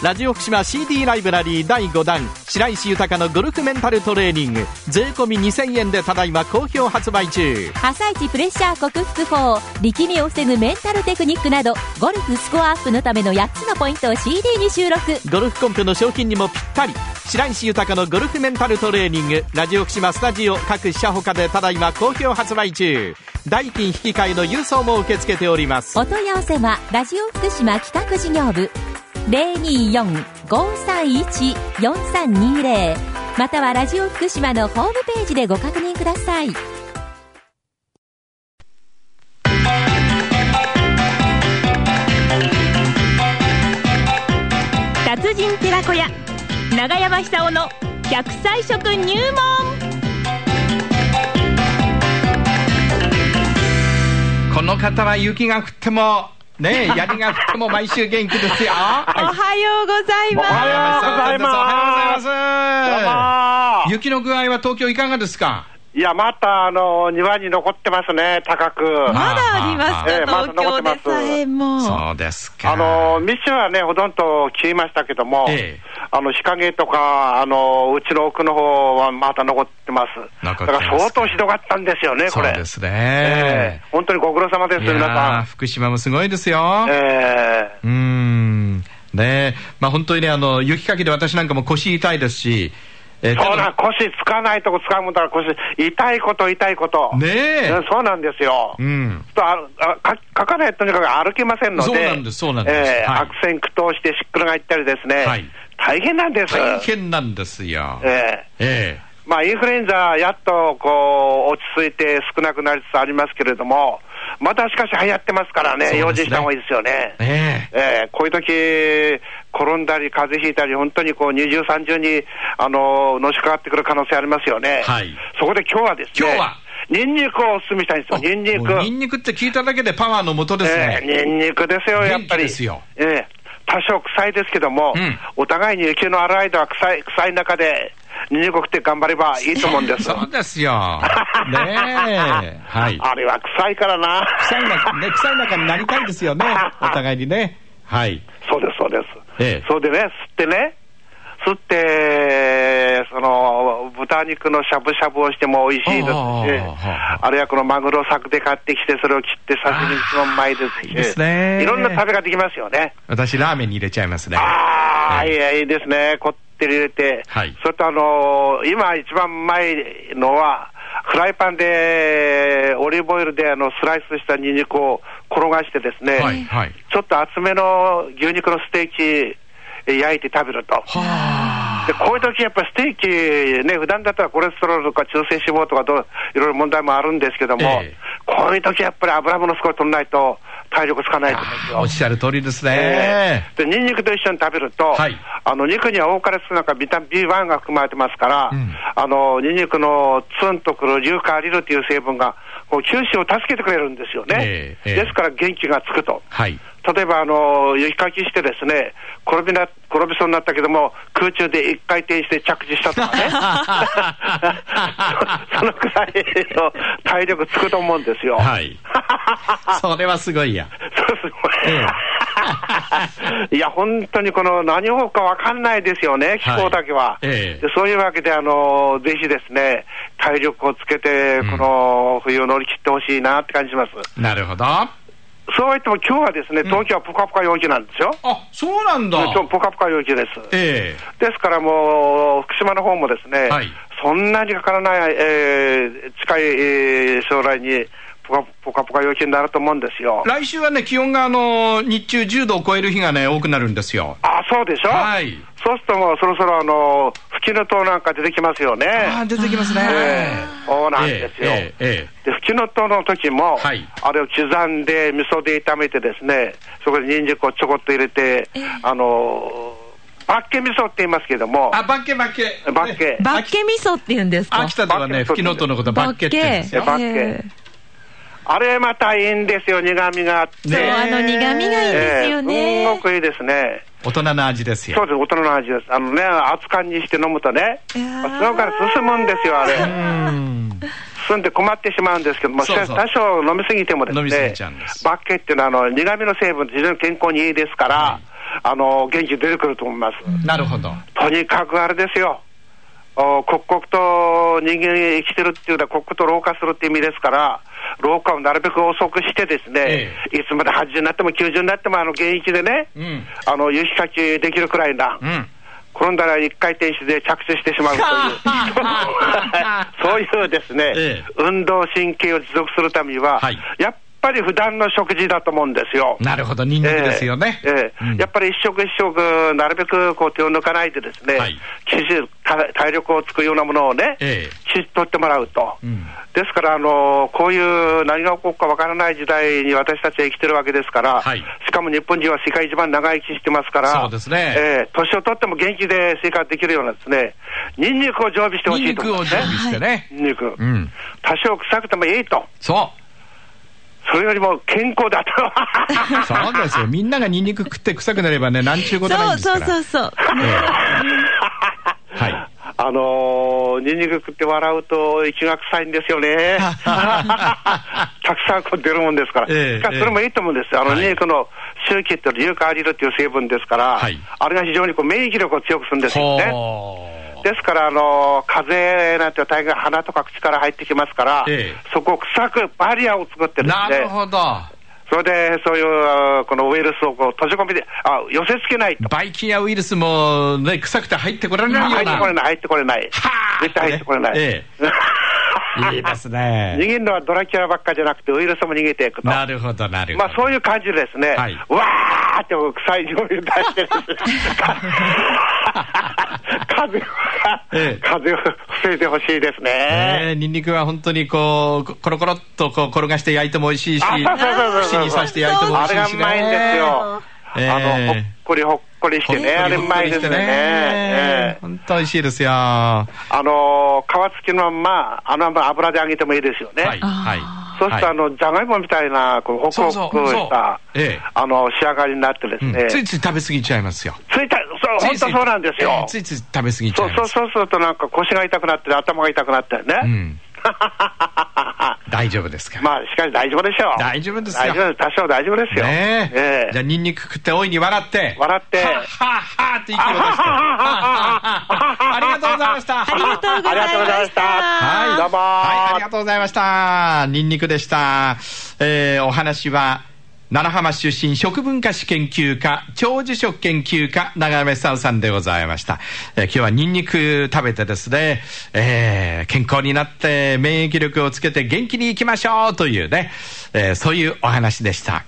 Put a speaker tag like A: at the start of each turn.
A: ラジオ福島 CD ライブラリー第5弾白石豊のゴルフメンタルトレーニング税込み2000円でただいま好評発売中
B: 朝一プレッシャー克服法力みを防ぐメンタルテクニックなどゴルフスコアアップのための8つのポイントを CD に収録
A: ゴルフコンペの賞金にもぴったり白石豊のゴルフメンタルトレーニングラジオ福島スタジオ各社ほかでただいま好評発売中代金引き換えの郵送も受け付けております
B: お問い合わせはラジオ福島企画事業部024-531-4320またはラジオ福島のホームページでご確認ください
C: 達人寺子屋長山久夫の百歳食入門
D: この方は雪が降っても、 ねえ、槍が降っても毎週元気ですよ。
C: おはようございま
E: お
C: す
E: はようございます。
D: おはようございま
E: どうも
D: す。雪の具合は東京いかがですか
E: いや、また、あの、庭に残ってますね、高く。
C: まだあります
E: ええま
C: か
E: だ
C: 東
E: 残
C: 京
E: ってます
C: でさえも
D: そうですか。
E: あの、道はね、ほとんど消えましたけども、
D: ええ
E: あの、日陰とか、あの、うちの奥の方はまた残ってます。
D: 残ってますか
E: だから相当ひどかったんですよね、こ
D: そう
E: れ。
D: です
E: ええ
D: ね。
E: 本当にご苦労様です、
D: いや
E: 皆
D: ー
E: さ
D: 福島もすごいですよ
E: ん。。ええ
D: うーん。ねえ、まあ本当にね、あの、雪かきで私なんかも腰痛いですし、えー
E: そう
D: ちょ
E: な
D: っ
E: ん、腰つかないとこ使うもんだから腰、痛いこと痛いこと。
D: とねえ。
E: うんそうなんですよ。
D: うん。
E: ちょっとああか書かないとにかく歩けませんので、
D: そうなんですそうなんです
E: えー
D: はい
E: 悪戦苦闘してしっくらがいったりですね、
D: はい
E: 大変なんです。
D: 大変なんですよ。
E: えー
D: え
E: まあ、インフルエンザ、やっとこう落ち着いて少なくなりつつありますけれども、またしかし流行ってますからね、
D: そうですね
E: 用心した方がいいですよね。
D: え。ねえ。
E: えーこういう時転んだり、風邪ひいたり、本当にこう二重、三重に、あのーのしかかってくる可能性ありますよね、
D: はい
E: そこで今日はですね、
D: 今日は
E: ニンニクをお勧めしたいんですよ、ニンニ
D: もう
E: ク。
D: ニンニクって聞いただけでパワーの元ですね。
E: ええニンニクですよ、やっぱり。
D: 元気ですよ
E: ええ多少臭いですけども、
D: うん
E: お互いに雪のある間は臭い、臭い中で、ニンニク食って頑張ればいいと思うんです。
D: そうですよ。 ねえ。はい。
E: あれは臭いから な。
D: 臭い中、 ね、臭い中になりたいですよね。お互いにね。はい。
E: そうです、そうです。
D: ええ
E: それでね、吸ってね、吸って、その、豚肉のしゃぶしゃぶをしても美味しいですし、
D: ああ
E: あるいはこのマグロを柵で買ってきて、それを切って刺身にしてもうまいですし、
D: ああいいですね
E: いろんな食べができますよね。
D: 私、ラーメンに入れちゃいますね。
E: ああ、
D: え
E: い
D: え
E: や、いいですね。こってり入れて。
D: はい
E: それとあのー今一番うまいのは、フライパンで、オリーブオイルであの、スライスしたニンニクを転がしてですね、
D: はい、はい。
E: ちょっと厚めの牛肉のステーキえ焼いて食べると。でこういう時やっぱステーキ、ね、普段だったらコレステロールとか中性脂肪とかどう、いろいろ問題もあるんですけども、
D: ええ
E: こういう時やっぱり油物少し取らないと体力つかないと思うんです
D: あ
E: よ
D: おっ。しゃる通りです
E: え
D: ね。
E: えでニンニクと一緒に食べると、
D: はい
E: あの肉には多かれ少なかビタミン B1 が含まれてますから、
D: うん
E: あのニンニクのツンとくる硫化アリルという成分がこう吸収を助けてくれるんですよね、
D: ええええ
E: ですから元気がつくと、
D: はい。
E: 例えばあの雪かきして、ですね転びな転びそうになったけども、空中で一回転して着地したとかね、 そそのくらいの体力つくと思うんですよ。
D: はい。それはすごいや。
E: そうすごい。
D: え
E: い や、本当にこの何方か分かんないですよね、気候だけは。
D: ええ
E: でそういうわけで、あのぜひですね、体力をつけて、
D: うん
E: この冬を乗り切ってほしいなって感じします。
D: なるほど。あ、
E: そうは言っても、今日はですね、東京はぽかぽか陽気なんですよ。
D: そうなんだ。
E: 今日ぽかぽか陽気です。
D: え
E: ですからもう、福島の方もですね、
D: はい
E: そんなにかからない、えー近い、えー将来にぽかぽかぽか陽気になると思うんですよ
D: え。。来週はね、気温が、あの、日中10度を超える日がね、多くなるんですよ。
E: あ、そうでしょ
D: はい
E: そうするともうそろそろあの、吹きの塔なんか出てきますよね。
D: ああ、出てきますね。
E: ええそうなんですよ。
D: ええええ
E: で、吹きの塔の時も、
D: はい
E: あれを刻んで、味噌で炒めてですね、そこにニンニクをちょこっと入れて、あの、バッケ味噌って言いますけども、
D: あ、バッケバッケ。
E: バッケ。
C: バッケ味噌って言うんですか
D: 秋田ではね、吹きのとのことはバッケって言うんですよ。
E: バッケ
C: え
E: あれまたいいんですよ、苦味があって。
C: えそうあの苦味がいいですよ
E: ええすん
C: ね
E: ごくいいですね。
D: 大人の味です
E: そう
D: よ。
E: です、大人の味です。あのね、熱燗にして飲むとね、そ
C: いやー
E: のから進むんですよ、あれ。
D: うん。
E: 進んで困ってしまうんですけども、
D: そうそう
E: 多少飲みすぎてもですね、
D: 飲み過ぎちゃうんです
E: バッケっていうのはあの苦味の成分って非常に健康にいいですから、あの元気出てくると思います。
D: なるほど。
E: とにかくあれですよ、お刻々と人間生きてるっていうのは、刻々と老化するって意味ですから、老化をなるべく遅くして、ですね、いつまで80になっても90になっても、あの現役でね、
D: うん
E: あの雪かきできるくらいな。
D: うん。
E: 転んだら一回転して着地してし まうという、そういうですね、
D: ええ
E: 運動神経を持続するためには、
D: はい
E: やっぱり普段の食事だと思うんですよ。
D: なるほど、人間ですよね。
E: ええええ
D: うん
E: やっぱり一食一食、なるべくこう手を抜かないで、ですね、
D: はい
E: きちんと体体力をつくようなものをね、
D: ええ
E: きちっと取ってもらうと、
D: うん
E: ですから、あのこういう何が起こるかわからない時代に私たちは生きてるわけですから、
D: はい
E: しかも日本人は世界一番長生きしてますから、
D: そうですね
E: ええ年を取っても元気で生活できるようなですね、ニンニクを常備してほし
D: 筋
E: いと
D: 肉
E: 思う
D: を
E: んです
D: 準
E: ね。
D: 備してね。
E: ニンニク、
D: うん。
E: 多少臭くてもいいと、
D: そ
E: それよりも健康だと。
D: う。そうですよ。みんながニンニク食って臭くなればね、なんちゅうことないんです
F: そ
D: か
F: う
D: ら。
F: そうそう。
D: ええはい。
E: あのー、ニンニク食って笑うと息が臭いんですよ ね。たくさんこう出るもんですから。
D: ええ
E: しかしそれもいいと思うんですよ。あの、
D: はい
E: ニンニクの周期っていうのは硫化アリルっていう成分ですから、
D: はい
E: あれが非常にこう免疫力を強くするんですよね。
D: ほ
E: ですから、あのー風邪なんて大概鼻とか口から入ってきますから、
D: ええ
E: そこを臭くバリアを作ってる
D: う。
E: んで
D: な
E: す
D: る
E: ね。
D: ほど。
E: それで、そういう、このウイルスをこう閉じ込めて、あ、寄せ付けないと。
D: バイキンやウイルスもね、臭くて入ってこられないよ
E: 入
D: う
E: ってこれな
D: な。
E: い、入ってこれない。
D: はあ
E: 絶対入ってこれない。
D: え いいです
E: 逃
D: ね。
E: げるのはドラキュラばっかじゃなくて、ウイルスも逃げていくと。
D: なるほど、なるほ
E: ま
D: ど。
E: あそういう感じでですね、
D: はい
E: わーって臭い匂いを出してです ね風邪を、
D: ええ
E: 風邪を防いでほしいですね。
D: ねえ、ニンニクは本当にこう、こコロコロっとこう転がして焼いても美味しいし、
E: あそうそうそう
D: 串
E: そう
D: に刺して焼いても美
E: あ
D: 味
E: れ
D: し
E: がう
D: いしね。
E: まいんですよ。
D: え
E: あの、ほっ
D: え
E: こりほっこりしてね、あれうまいですね。ええ
D: 本当美味しいですよ。は
E: あの、皮付きのまんま、あのまま油で揚げてもいいですよね。
D: い、はい。
E: そうすると、あの、じゃがいもみたいな、こう、ホクホク
D: そうそうそう
E: した、
D: ええ
E: あの、仕上がりになってです
D: はい、うん
E: ね、
D: ついつい食べ過ぎちゃいますよ。
E: ついた、そう、本当そうなんですよ。
D: ついつい食べ過ぎち
E: そ
D: ゃ
E: う
D: い
E: そ
D: ま
E: う
D: す。
E: そうするとなんか腰が痛くなって、頭が痛くなってね。
D: うん。大丈夫ですか。
E: まあ、しかし大丈夫でしょう。
D: 大丈夫ですよ
E: 大丈夫です。多少大丈夫ですよ。
D: ねえ。
E: ええ
D: じゃあ、ニンニク食って大いに笑って。
E: 笑って
D: はっはっはって息を出して。ありがとうございました。
F: ありがとうございました。
E: ありがとうございました
D: はい。
E: どうも
D: はい、ありがとうございました。ニンニクでした。えー、お話は、奈良浜出身食文化史研究家、長寿食研究家、長山久夫さんでございました。えー今日はニンニク食べてですね、えー健康になって免疫力をつけて元気にいきましょうというね、えーそういうお話でした。